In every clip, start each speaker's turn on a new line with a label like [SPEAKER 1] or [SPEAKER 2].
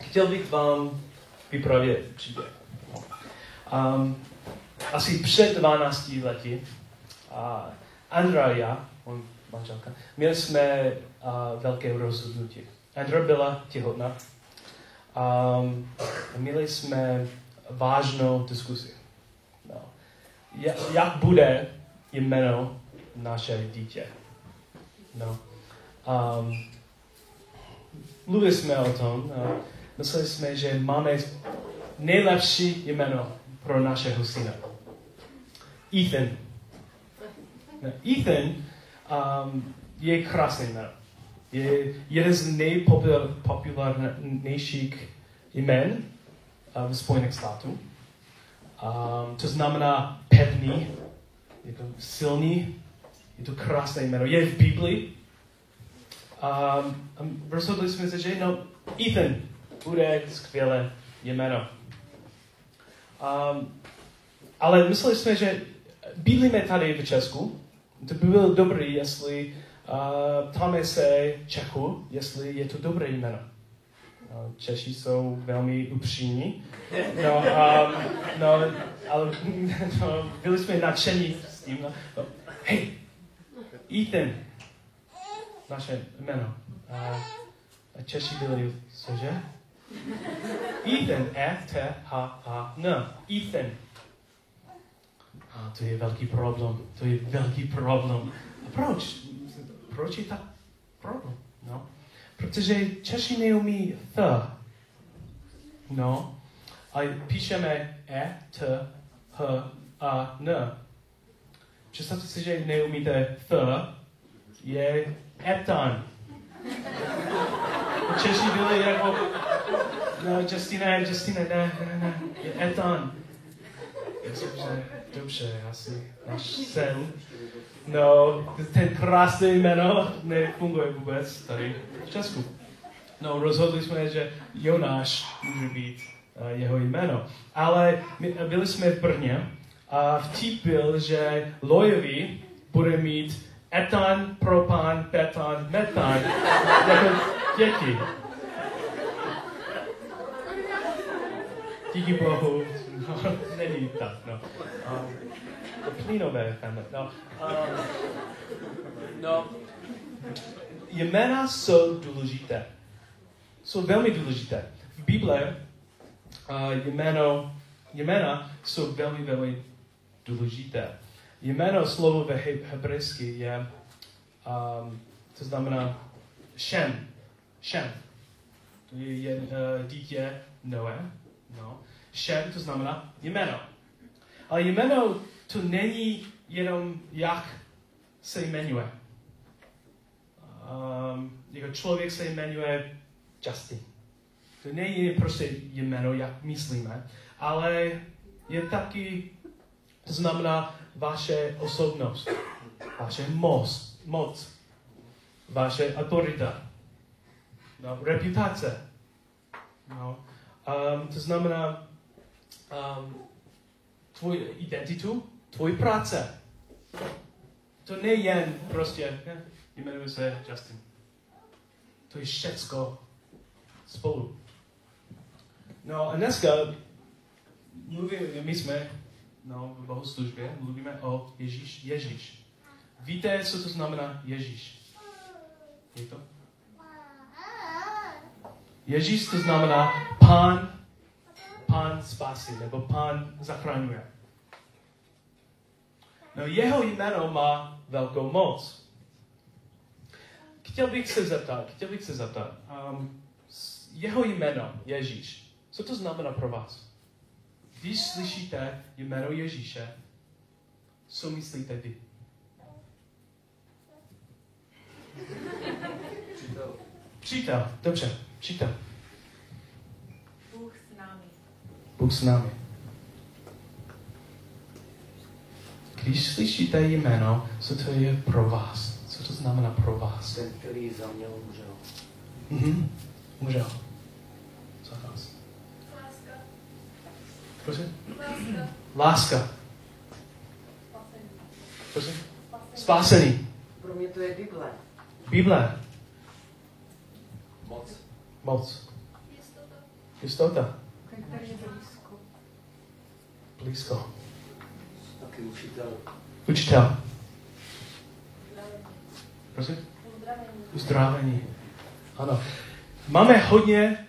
[SPEAKER 1] chtěl bych vám vyprávět příběh. Um, asi před 12 lety uh, Andra a já, on manželka, měli jsme uh, velké rozhodnutí. Andra byla těhotná. Um, měli jsme vážnou diskusi. No. Ja, jak bude jméno naše dítě? No. Um, mluvili jsme o tom, no. mysleli jsme, že máme nejlepší jméno pro našeho syna. Ethan. No, Ethan um, je krásné jméno. Je jeden z nejpopulárnějších jmen uh, v Spojených států. Um, to znamená pevný, je to silný, je to krásné jméno. Je v Biblii. Um, um, rozhodli jsme se, že no, Ethan bude skvělé jméno. Um, ale mysleli jsme, že bydlíme tady v Česku. To by bylo dobré, jestli uh, ptáme se Čechu, jestli je to dobré jméno. No, Češi jsou velmi upřímní. No, um, no, ale no, byli jsme nadšení s tím. No, no. Hej, Ethan, naše jméno. Uh, a Češi byli, cože? Ethan, E, T, H, A, N. Ethan. A to je velký problém, to je velký problém. A proč? Proč je tak problém? No. Protože Češi neumí T. No. A píšeme E, T, H, A, N. Představte si, že neumíte T, je etan. Češi byli jako, no, Justina, Justina, ne, ne, ne, je etan. Dobře, dobře, asi náš sen. No, ten krásné jméno nefunguje vůbec tady v Česku. No, rozhodli jsme, že Jonáš může být uh, jeho jméno. Ale my, eh, byli jsme v Brně a vtip byl, že Lojovi bude mít etan, propan, petan, metan. Jako děti. Díky bohu, no, není tak, no. Um, plínové tam, no. Um, no. Jména jsou důležité. Jsou velmi důležité. V Bible uh, jméno, jména jsou velmi, velmi důležité. Jméno slovo ve he- hebrejsky je, um, to znamená Shem. Shem. To je jen, uh, dítě Noé. No. Shem to znamená jméno. Ale jméno to není jenom jak se jmenuje. Um, jako člověk se jmenuje Justin. To není prostě jméno, jak myslíme, ale je taky, to znamená vaše osobnost, vaše moc, moc vaše autorita, no, reputace. No. Um, to znamená um, tvůj identitu, tvůj práce. To nejen prostě, ne? jmenuje se Justin. To je všecko spolu. No a dneska mluvíme, my jsme no, v bohoslužbě, mluvíme o Ježíš, Ježíš. Víte, co to znamená Ježíš? Je to? Ježíš to znamená pán, pán spasí, nebo pán zachraňuje. No jeho jméno má velkou moc. Chtěl bych se zeptat, chtěl bych se zeptat, um, jeho jméno Ježíš, co to znamená pro vás? Když slyšíte jméno Ježíše, co myslíte vy?
[SPEAKER 2] Přítel.
[SPEAKER 1] Přítel, dobře, přítel.
[SPEAKER 3] Bůh s námi.
[SPEAKER 1] Bůh s námi. Když slyšíte jméno, co to je pro vás? Co to znamená pro vás?
[SPEAKER 2] Ten, který za mě umřel.
[SPEAKER 1] Mhm. Můžel. Za vás.
[SPEAKER 3] Láska.
[SPEAKER 1] Prosím?
[SPEAKER 3] Láska.
[SPEAKER 1] Láska.
[SPEAKER 3] Spasení.
[SPEAKER 1] Prosím? Spásený.
[SPEAKER 4] Pro mě to je Bible.
[SPEAKER 1] Bible.
[SPEAKER 2] Moc.
[SPEAKER 1] Moc.
[SPEAKER 3] Jistota.
[SPEAKER 1] Jistota.
[SPEAKER 3] který je blízko.
[SPEAKER 1] Blízko.
[SPEAKER 2] Taký učitel.
[SPEAKER 1] Učitel.
[SPEAKER 3] Uzdravení.
[SPEAKER 1] Prosím?
[SPEAKER 3] Uzdravení.
[SPEAKER 1] uzdravení. Ano. Máme hodně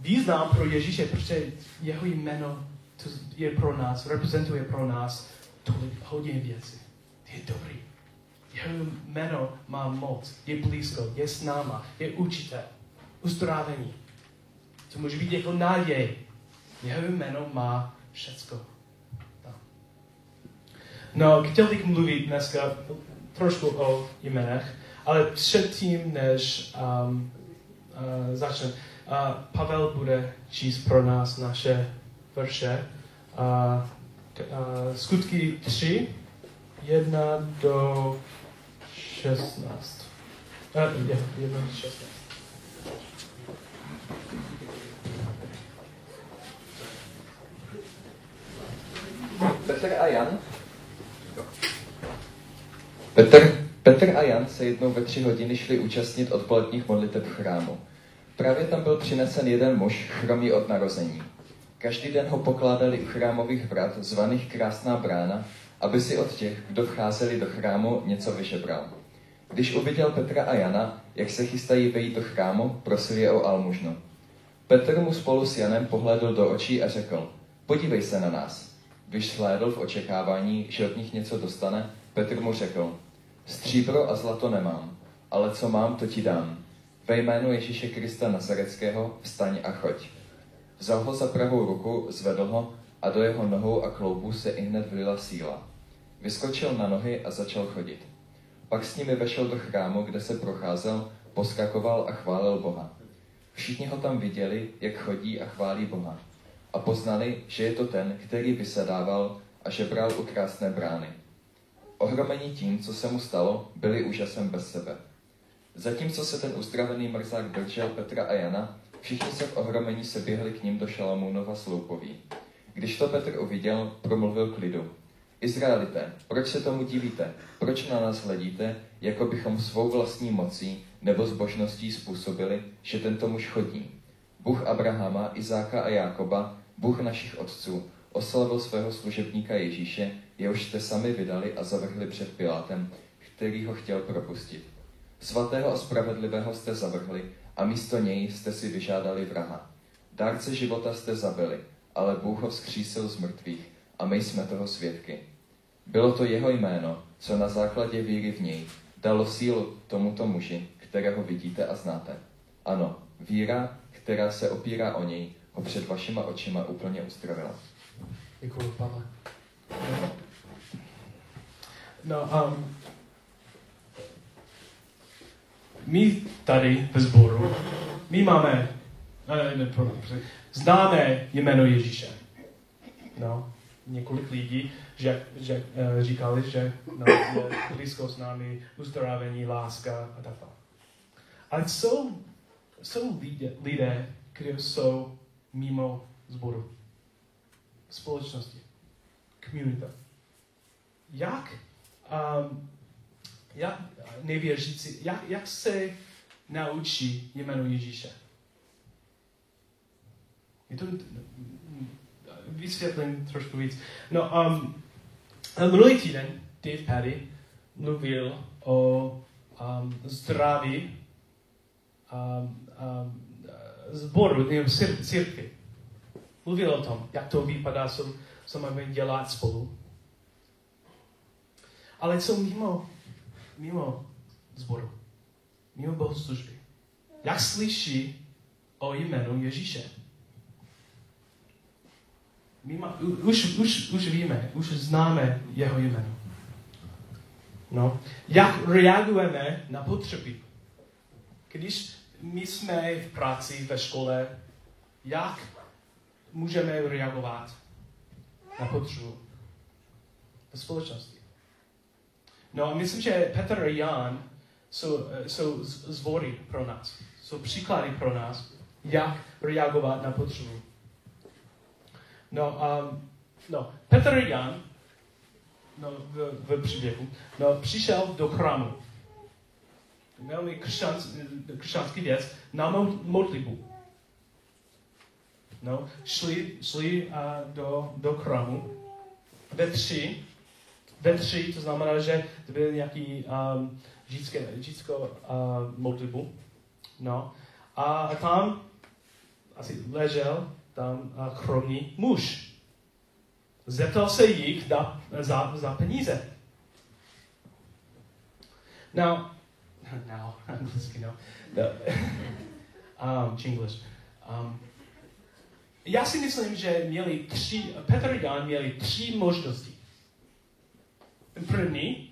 [SPEAKER 1] význam pro Ježíše, protože jeho jméno to je pro nás, reprezentuje pro nás tolik hodně věcí. Je dobrý. Jeho jméno má moc, je blízko, je s náma, je učitel, uzdravení. To může být jako naděj. Jeho jméno má všecko. Tam. No, chtěl bych mluvit dneska trošku o jménech. Ale předtím, než um, uh, začne, uh, Pavel bude číst pro nás naše verše. Uh, k, uh, skutky 3, 1 do 16. Uh, 1 do 16.
[SPEAKER 4] Petr a Jan. Petr, Petr a Jan se jednou ve tři hodiny šli účastnit odpoledních modliteb v chrámu. Právě tam byl přinesen jeden muž, chromý od narození. Každý den ho pokládali u chrámových vrat, zvaných Krásná brána, aby si od těch, kdo vcházeli do chrámu, něco vyžebral. Když uviděl Petra a Jana, jak se chystají vejít do chrámu, prosil je o almužnu. Petr mu spolu s Janem pohlédl do očí a řekl, podívej se na nás. Když slédl v očekávání, že od nich něco dostane, Petr mu řekl, stříbro a zlato nemám, ale co mám, to ti dám. Ve jménu Ježíše Krista Nazareckého vstaň a choď. Vzal ho za pravou ruku, zvedl ho a do jeho nohou a kloubů se ihned vlila síla. Vyskočil na nohy a začal chodit. Pak s nimi vešel do chrámu, kde se procházel, poskakoval a chválil Boha. Všichni ho tam viděli, jak chodí a chválí Boha. A poznali, že je to ten, který vysedával a že bral u krásné brány. Ohromeni tím, co se mu stalo, byli úžasem bez sebe. Zatímco se ten uzdravený mrzák držel Petra a Jana, všichni se v ohromení se běhli k ním do Šalamounova sloupoví. Když to Petr uviděl, promluvil k lidu. Izraelité, proč se tomu divíte? Proč na nás hledíte, jako bychom svou vlastní mocí nebo zbožností způsobili, že tento muž chodí? Bůh Abrahama, Izáka a Jákoba, Bůh našich otců, oslavil svého služebníka Ježíše, jehož jste sami vydali a zavrhli před Pilátem, který ho chtěl propustit. Svatého a spravedlivého jste zavrhli a místo něj jste si vyžádali vraha. Dárce života jste zabili, ale Bůh ho vzkřísil z mrtvých a my jsme toho svědky. Bylo to jeho jméno, co na základě víry v něj dalo sílu tomuto muži, kterého vidíte a znáte. Ano, víra, která se opírá o něj, ho před vašima očima úplně uzdravila.
[SPEAKER 1] Děkuji, Pavle. No, um, my tady ve sboru, my máme, ne, ne, pro- pro- známe jméno Ježíše. No, několik lidí že, že, eh, říkali, že no, je blízko s námi uzdravení, láska a tak dále. Ale jsou, jsou lidé, lidé, kteří jsou mimo sboru společnosti, komunita. Jak, um, jak nevěřící, jak, jak se naučí jméno Ježíše? Je to vysvětlím trošku víc. No, um, minulý týden Dave Patty mluvil o um, zdraví um, um, zboru, nevím, cir- církvi mluvil o tom, jak to vypadá, co, co máme dělat spolu. Ale co mimo, mimo zboru, mimo bohoslužby. Jak slyší o jménu Ježíše? My má, u, už, už, už víme, už známe jeho jméno. No. Jak reagujeme na potřeby? Když my jsme v práci, ve škole, jak můžeme reagovat na potřebu ve společnosti. No a myslím, že Petr a Jan jsou, eh, jsou z- zbory pro nás, jsou příklady pro nás, jak reagovat na potřebu. No, um, no Petr a Jan no, v, v příběhu no, přišel do chrámu. Velmi křesťanský věc na mo- modlitbu. No, šli, šli a do, do chrámu ve tři, ve tři, to znamená, že to byl nějaký um, židské, židsko uh, modlitbu, no, a, a tam asi ležel tam uh, chromný muž. Zeptal se jich na, za, za peníze. Now, now, anglicky no. no. um, či English. Um, já si myslím, že měli tři, Petr a Jan měli tři možnosti. První,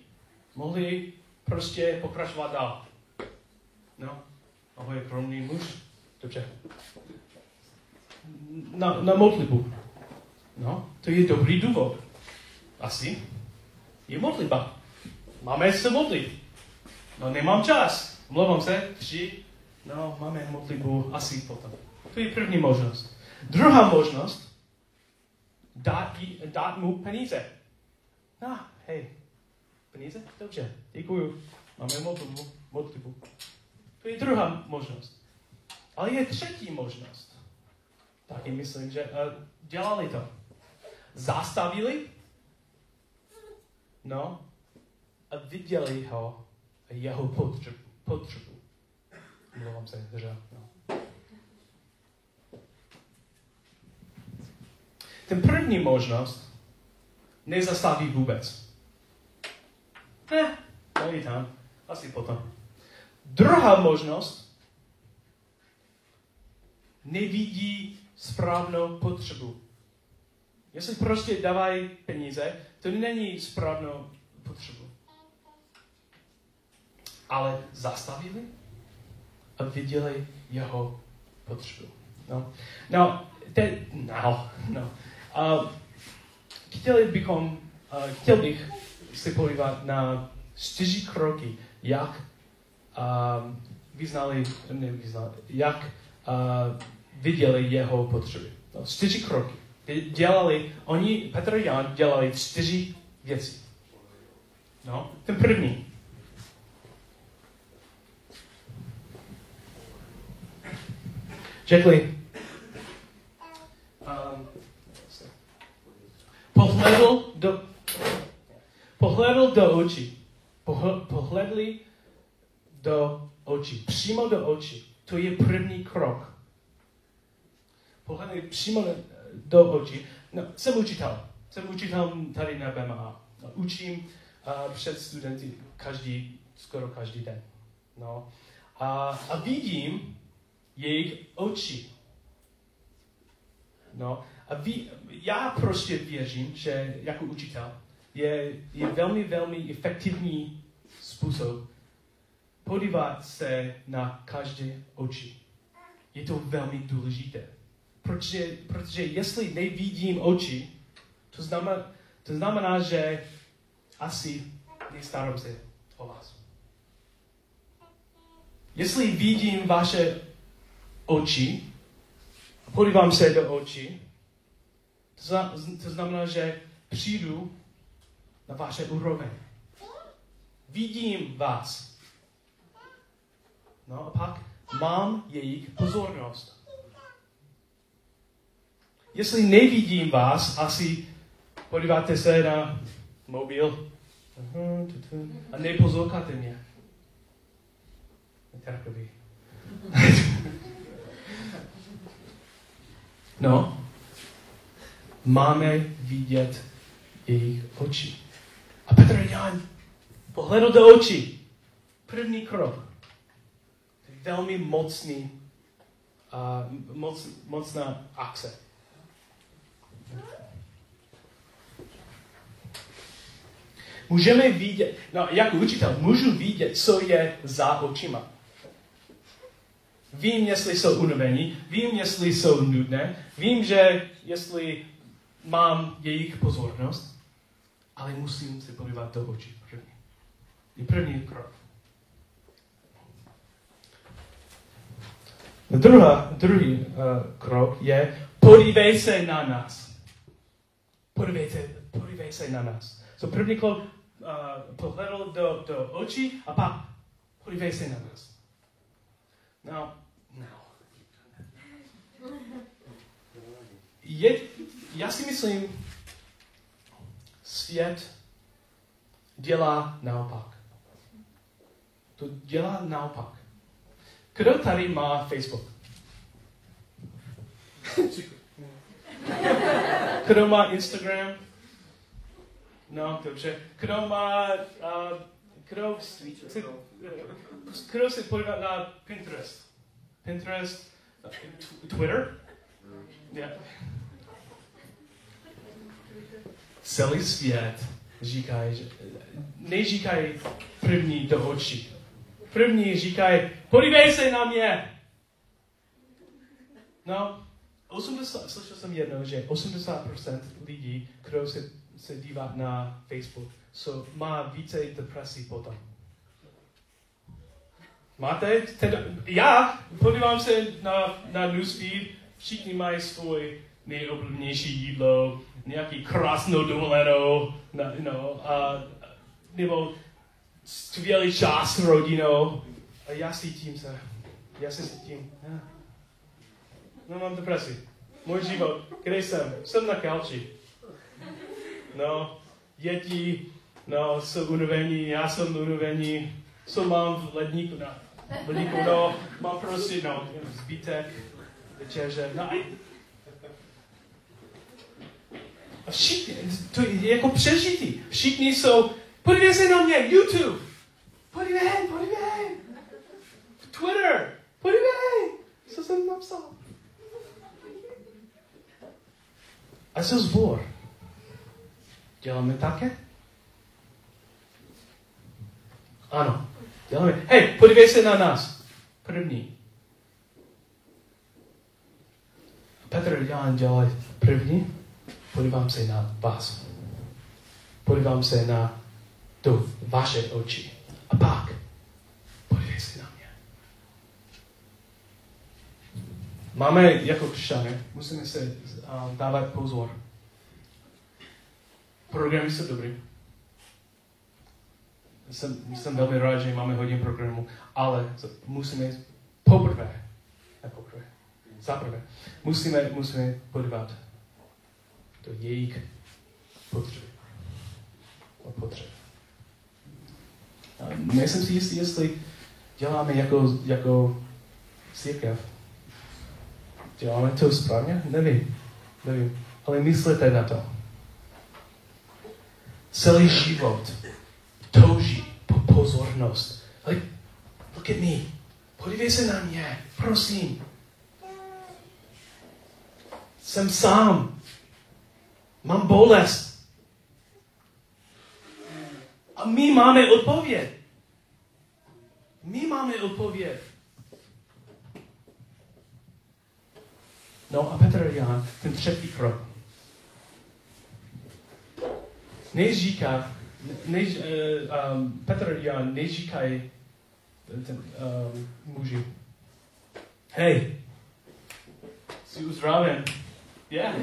[SPEAKER 1] mohli prostě pokračovat dál. No, ahoj, kromný muž, dobře. Na, na modlitbu. No, to je dobrý důvod. Asi. Je modlitba. Máme se modlit. No, nemám čas. Mluvám se, tři. No, máme modlitbu asi potom. To je první možnost. Druhá možnost, dát, jí- dát mu peníze. No, hej, peníze? Dobře, děkuju. Máme modlitbu. modlitbu. To je druhá možnost. Ale je třetí možnost. Taky myslím, že uh, dělali to. Zastavili? No. A viděli ho, jeho potřebu. potřebu. Mluvám se, že no. Ten první možnost nezastaví vůbec. Ne, to je tam, asi potom. Druhá možnost nevidí správnou potřebu. Jestli prostě dávají peníze, to není správnou potřebu. Ale zastavili a viděli jeho potřebu. No, no, te, no, no. Uh, chtěli bychom, uh, chtěl bych se podívat na čtyři kroky, jak uh, vyznali, ne, vyznali, jak uh, viděli jeho potřeby. No, čtyři kroky. Kdy Dělali, oni, Petr a Jan, dělali čtyři věci. No, ten první. Řekli, um, pohledl do, pohledl do očí. Pohl, pohledli do očí. Přímo do očí. To je první krok. Pohledli přímo do, do očí. No, jsem učitel. Jsem učitel tady na BMA. No, Učím uh, před studenty každý, skoro každý den. No. A, a vidím jejich oči. No, a ví, já prostě věřím, že jako učitel je, je velmi, velmi efektivní způsob podívat se na každé oči. Je to velmi důležité. Protože, protože jestli nevidím oči, to znamená, to znamená, že asi nestarám se o vás. Jestli vidím vaše oči, podívám se do očí, to, zna, to znamená, že přijdu na vaše úroveň. Vidím vás. No a pak mám jejich pozornost. Jestli nevidím vás, asi podíváte se na mobil Aha, tu, tu. a nepozorkáte mě. Takový. No, máme vidět jejich oči. A Petr a Jan pohledl do očí. První krok. To je Velmi mocný, uh, moc, mocná akce. Můžeme vidět, no jako učitel, můžu vidět, co je za očima. Vím, jestli jsou unavení, vím, jestli jsou nudné, vím, že jestli mám jejich pozornost, ale musím se podívat do očí první. Je první krok. Druhá, druhý uh, krok je podívej se na nás. Podívej se, podívej se na nás. So první krok uh, pohledl do, do očí a pak podívej se na nás. No, no. je, já si myslím, svět dělá naopak. To dělá naopak. Kdo tady má Facebook? Kdo má Instagram? No, dobře. Kdo má... Uh, kdo, si, kdo se podívá na Pinterest? Pinterest? eh, tw- Twitter? Yeah. Celý svět říkají, že- neříkají první do očí. První říkají, podívej se na mě! No, 80, slyšel jsem jedno, že 80% lidí, kdo se, se dívá na Facebook, so, má více depresí potom. Máte? Teda, já podívám se na, na newsfeed, všichni mají svůj nejoblíbenější jídlo, nějaký krásnou dovolenou, na, no, a, nebo skvělý čas s rodinou. A já cítím se. Já se cítím. Já. No mám depresi. Můj život. Kde jsem? Jsem na kalči. No, děti, no, jsou unavení, já jsem unavený. Co mám v ledníku? No, v ledníku, no, mám prostě, no, zbytek, večeře, no a a všichni, to je jako přežití. Všichni jsou, podívej se na mě, YouTube, podívej, podívej, Twitter, podívej, co jsem napsal. A co zbor? Děláme také? Ano. Děláme. Hej, podívej se na nás. První. Petr Jan dělá první. Podívám se na vás. Podívám se na do vaše oči. A pak podívej se na mě. Máme jako křesťané, musíme se um, dávat pozor. Programy jsou dobrý. Jsem, jsem velmi rád, že máme hodně programů, ale z- musíme poprvé, ne poprvé, zaprvé, musíme, musíme podívat do jejich potřeb. O potřeb. A Nejsem si jistý, jestli děláme jako, jako církev. Děláme to správně? Nevím. Nevím. Ale myslete na to. Celý život touží po pozornost. Like, look at me. Podívej se na mě. Prosím. Jsem sám. Mám bolest. A my máme odpověď. My máme odpověď. No a Petr Jan, ten třetí krok. Neříká, než, uh, um, Petr Jan neříkají ten, um, muži. Hej, jsi uzdraven. Yeah.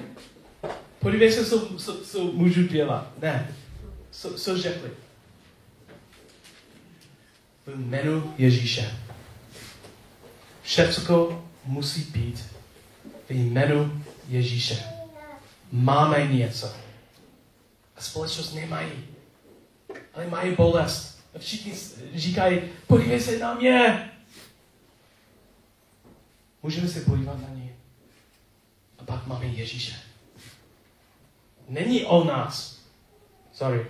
[SPEAKER 1] Podívej se, co, co, co můžu dělat. Ne. Co, co řekli? V jménu Ježíše. Všecko musí být v jménu Ježíše. Máme něco. A společnost nemají. Ale mají bolest. A všichni s- říkají, podívej se na mě. Můžeme se podívat na ní. A pak máme Ježíše není o nás. Sorry.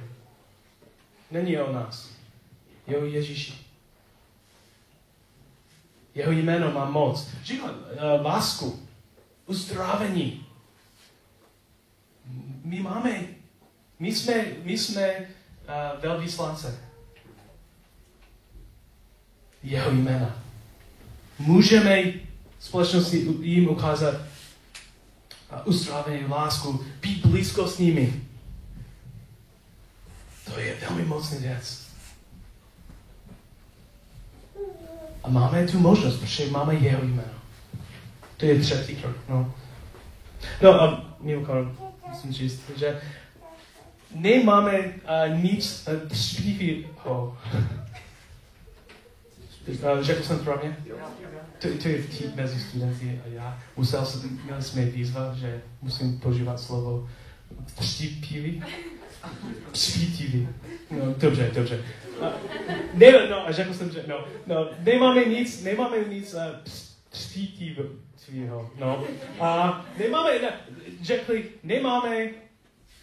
[SPEAKER 1] Není o nás. Je o Ježíši. Jeho jméno má moc. Život, uh, lásku, uzdravení. M- My máme, my jsme, my jsme uh, velvyslance. Jeho jména. Můžeme společnosti u- jim ukázat, a uzdravení, lásku, být blízko s nimi. To je velmi mocný věc. A máme tu možnost, protože máme jeho jméno. To je třetí krok, no. No a mimochodem, musím říct, že eh, nemáme uh, nic uh, špivého. Eh, Řekl jsem správně?
[SPEAKER 2] Jo.
[SPEAKER 1] To, to je vtip mezi studenty a já. Musel jsem, měli jsme výzva, že musím používat slovo vtipivý. Vtipivý. No, dobře, dobře. A, ne, no, a řekl jsem, že no, no, nemáme nic, nemáme nic uh, vtipivého, no. A nemáme, ne, řekli, nemáme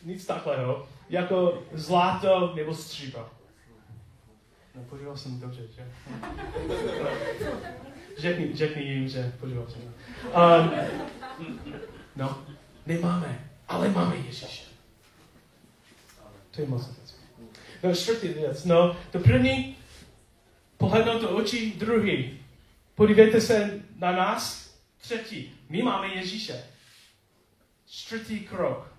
[SPEAKER 1] nic takového, jako zlato nebo stříbro. No, používal jsem dobře, že? No. Řekni, řekni jim, že podíval jsem. Um, no, nemáme, ale máme Ježíše. To je moc hezké. No, čtvrtý věc. No, to první, pohlednout do očí druhý. Podívejte se na nás. Třetí, my máme Ježíše. Čtvrtý krok.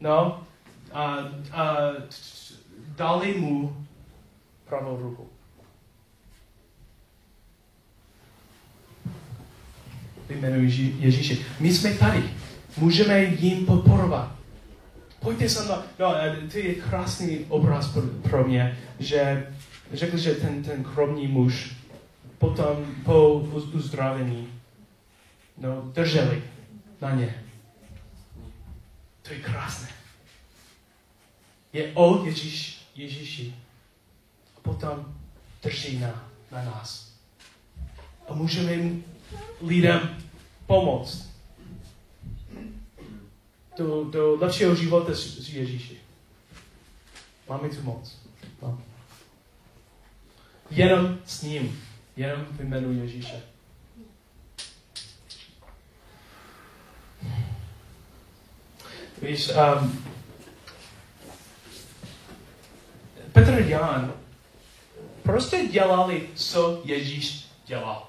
[SPEAKER 1] No, a, a dali mu pravou ruku. ve jménu Ježí- Ježíše. My jsme tady. Můžeme jim podporovat. Pojďte se na... No, eh, to je krásný obraz pro, pro mě, že řekl, že ten, ten kromní muž potom po uz- uzdravení no, drželi na ně. To je krásné. Je o Ježíš, Ježíši. A potom drží na, na nás. A můžeme jim lidem pomoct do, do lepšího života s, s Ježíši. Máme tu moc. Máme. Jenom s ním. Jenom v jménu Ježíše. Víš, um, Petr a Jan prostě dělali, co Ježíš dělal.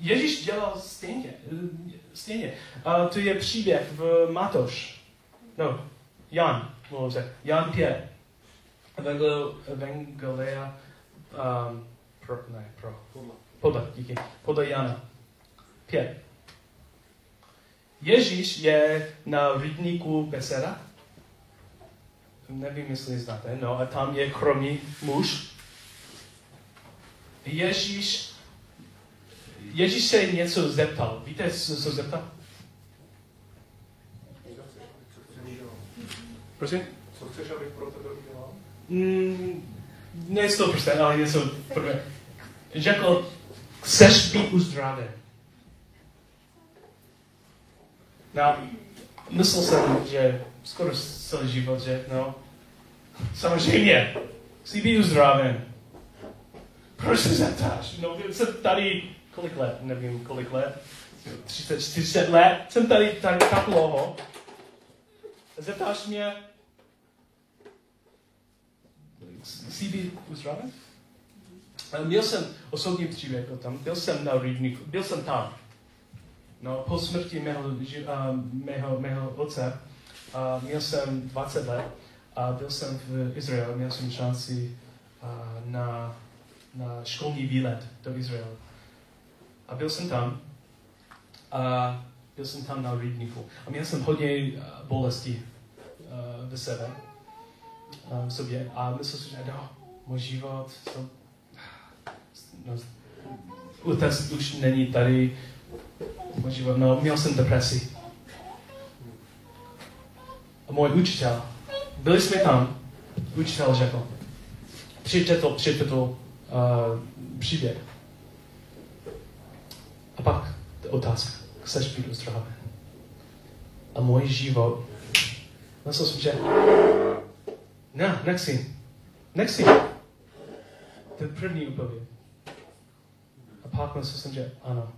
[SPEAKER 1] Ježíš dělal stejně. stejně. A to je příběh v Matoš. No, Jan, mluvím se. Jan 5. Evangel- Evangelia um, pro, ne, pro, podle, díky, podle Jana. Pět. Ježíš je na rybníku Beseda. Nevím, jestli znáte. No a tam je kromý muž. Ježíš Ježíš se něco zeptal. Víte, co co zeptal? Prosím?
[SPEAKER 5] Co chceš, abych pro tebe udělal?
[SPEAKER 1] Mm, ne 100%, ale něco prvé. Řekl, jako, chceš být uzdraven. No, myslel jsem, že skoro celý život, že no, samozřejmě, chci být uzdraven. Proč se zeptáš? No, jsem tady kolik let, nevím kolik let, 30, 40 let, jsem tady tak, tak dlouho. Zeptáš mě, CB uzdraven. A Měl jsem osobní příběh o tom, byl jsem na rybníku, byl jsem tam. No, po smrti mého, ži- a, mého, mého otce, a měl jsem 20 let a byl jsem v Izraelu, měl jsem šanci a, na, na školní výlet do Izraelu. A byl jsem tam a byl jsem tam na rybníku. A měl jsem hodně a, bolesti a, ve sebe um, sobě a myslel jsem, že no, můj život, to, no, otec už není tady, můj život, no, měl jsem depresi. A můj učitel, byli jsme tam, učitel řekl, přijďte to, přijďte to, uh, příběh. A pak ta otázka, chceš být uzdraven? A můj život, myslel jsem, že ne, nechci. Nechci. Ten první odpověď. A pak myslel jsem, že ano.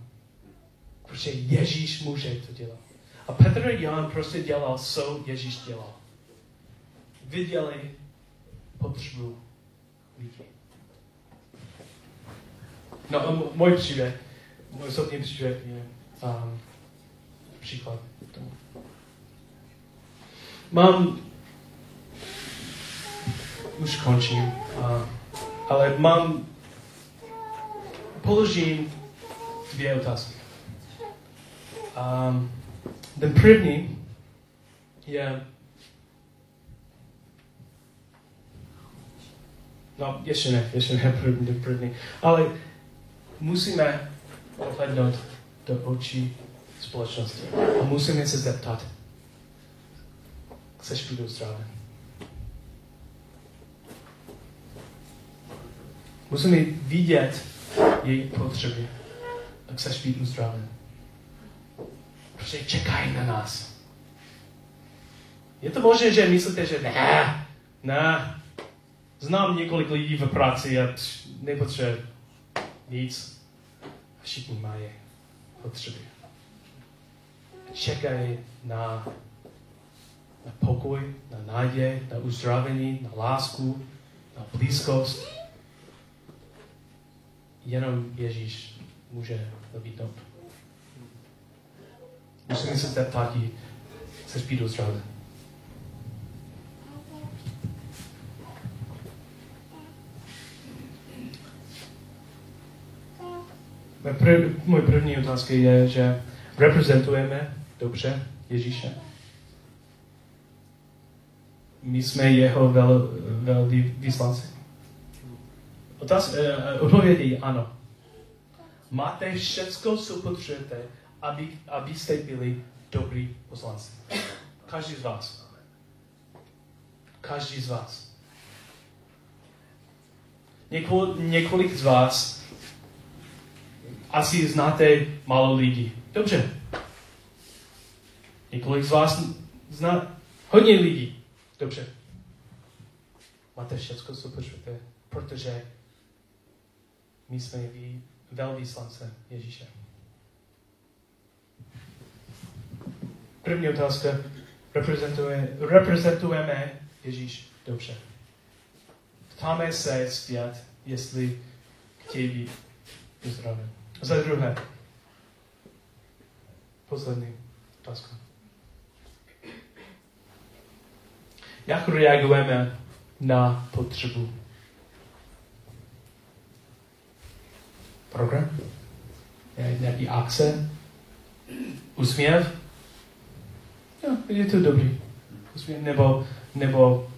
[SPEAKER 1] Protože Ježíš může to dělat. A Petr a Jan prostě dělal, co Ježíš dělal. Viděli potřebu lidí. No a m- můj příběh, můj osobní příběh je um, příklad tomu. Mám už končím. A, ale mám, položím dvě otázky. Um, ten první je, No, ještě ne, ještě ne první, první. Ale musíme ohlednout do očí společnosti. A musíme se zeptat. Chceš být uzdraven? Musíme vidět její potřeby. A chceš být uzdraven. Prostě čekají na nás. Je to možné, že myslíte, že ne, ne, Znám několik lidí v práci a pš, nepotřebuje nic. Všichni mají potřeby. Čekají na, na pokoj, na naději, na uzdravení, na lásku, na blízkost. Jenom Ježíš může nabídnout. Musíme se zeptat, chceš být uzdraven. Moje prv- Můj první otázka je, že reprezentujeme dobře Ježíše. My jsme jeho vel, velví vyslanci. Otáz- eh, Odpověď je ano. Máte všecko, co potřebujete, aby, abyste byli dobrý poslanci. Každý z vás. Každý z vás. Něko, několik z vás asi znáte málo lidí. Dobře. Několik z vás zná hodně lidí. Dobře. Máte všechno, co potřebujete, protože my jsme vy, velvyslance Ježíše. První otázka. Reprezentuje, reprezentujeme Ježíš dobře. Ptáme se svět, jestli chtějí být uzdraven. Za druhé. Poslední otázka. Jak reagujeme na potřebu? Program? Je Nějaký akce? Usměv? Jo, je to dobrý. Usměv, nebo, nebo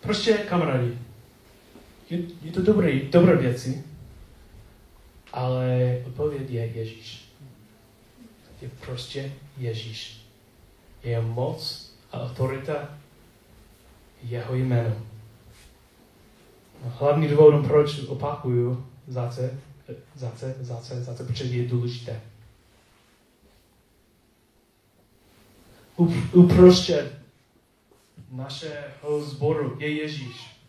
[SPEAKER 1] prostě kamarádi. Je, je to dobrý, dobré věci. Ale odpověď je Ježíš. Je prostě Ježíš. Je moc a autorita jeho jméno. Hlavní důvodem, proč opakuju zase, zase, zase, zase, protože je důležité. Up- Uprostřed našeho sboru je Ježíš.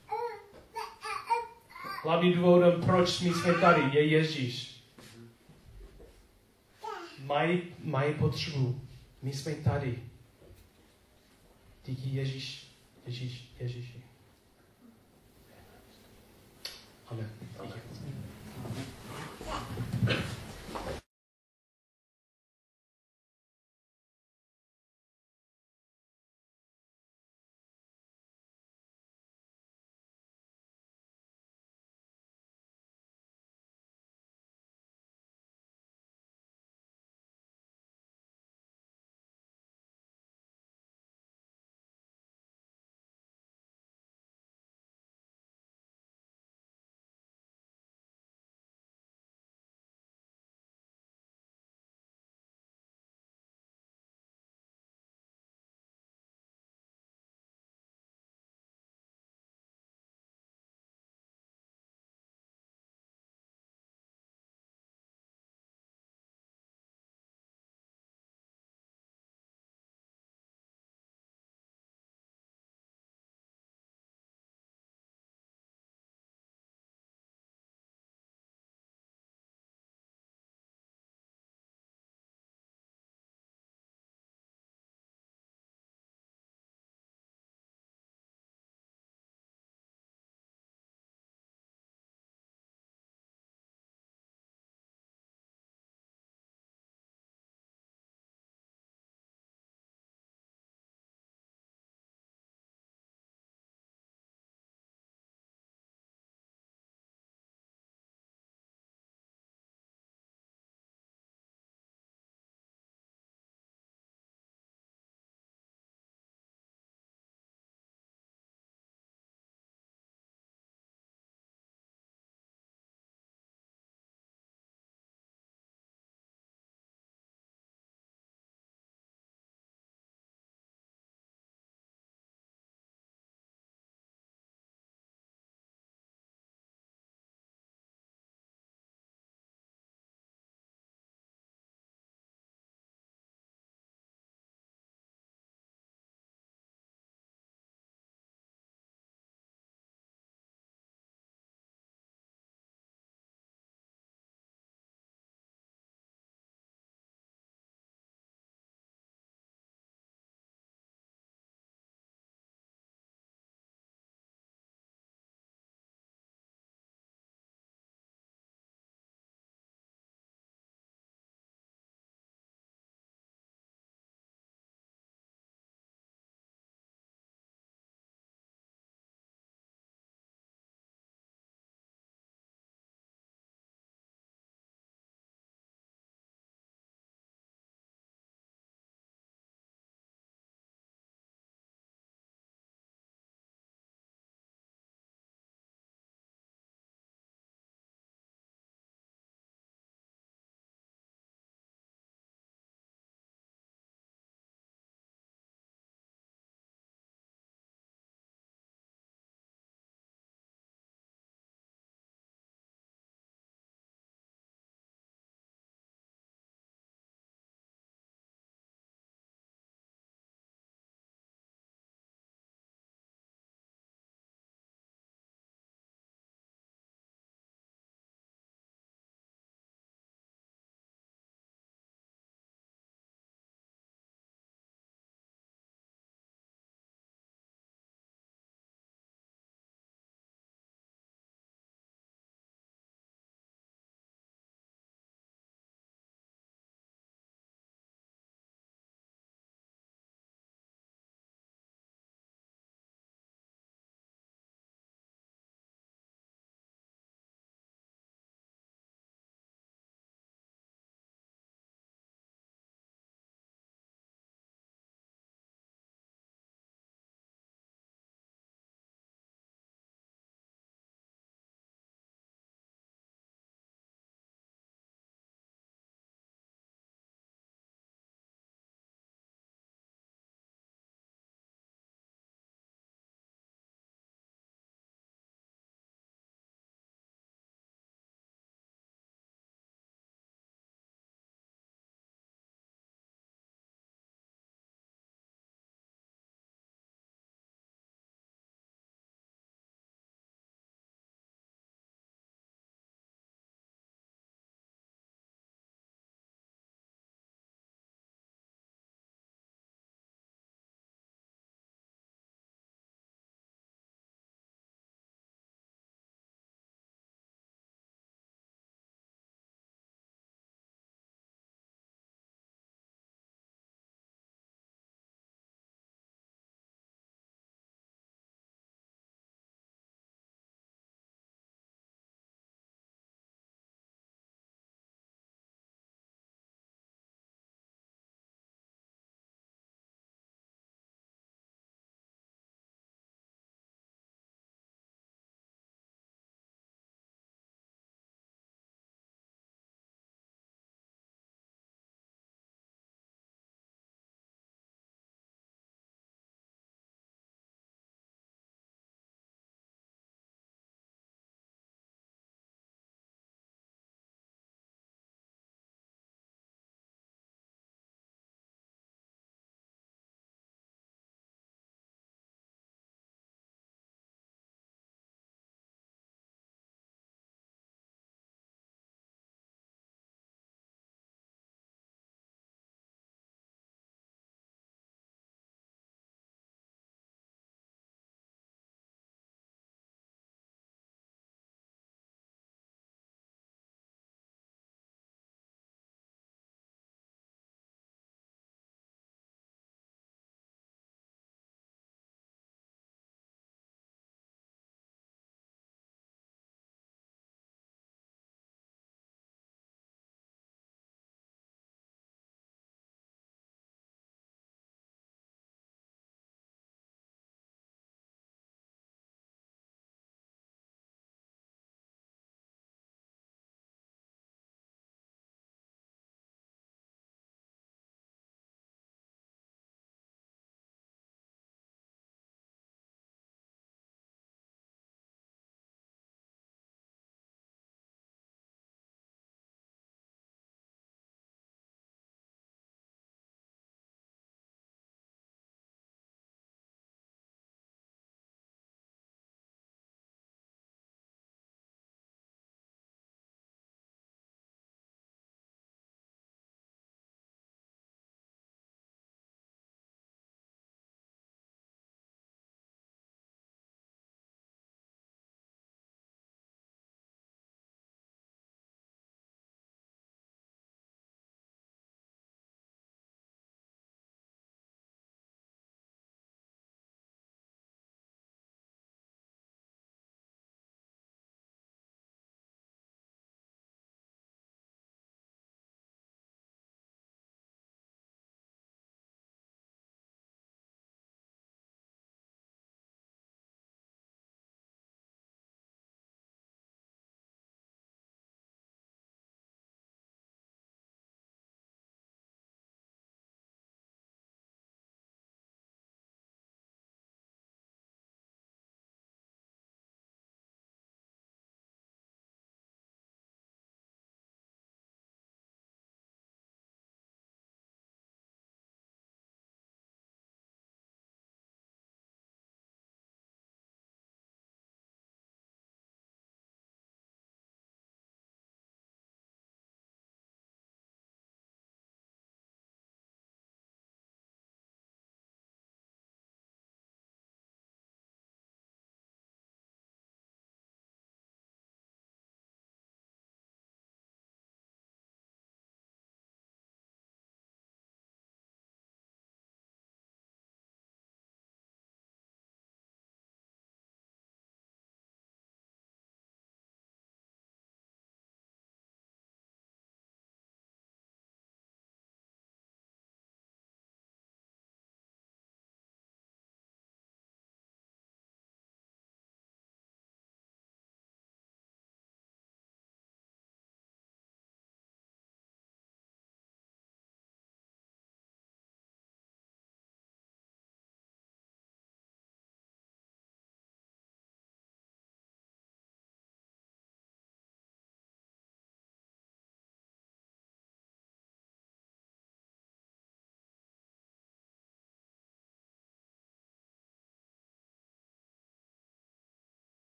[SPEAKER 1] Hlavní důvodem, proč my jsme tady, je Ježíš. Mají, mají potřebu. My jsme tady. Díky Ježíš, Ježíš, Ježíši. Amen. Díky.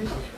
[SPEAKER 5] Ježíš.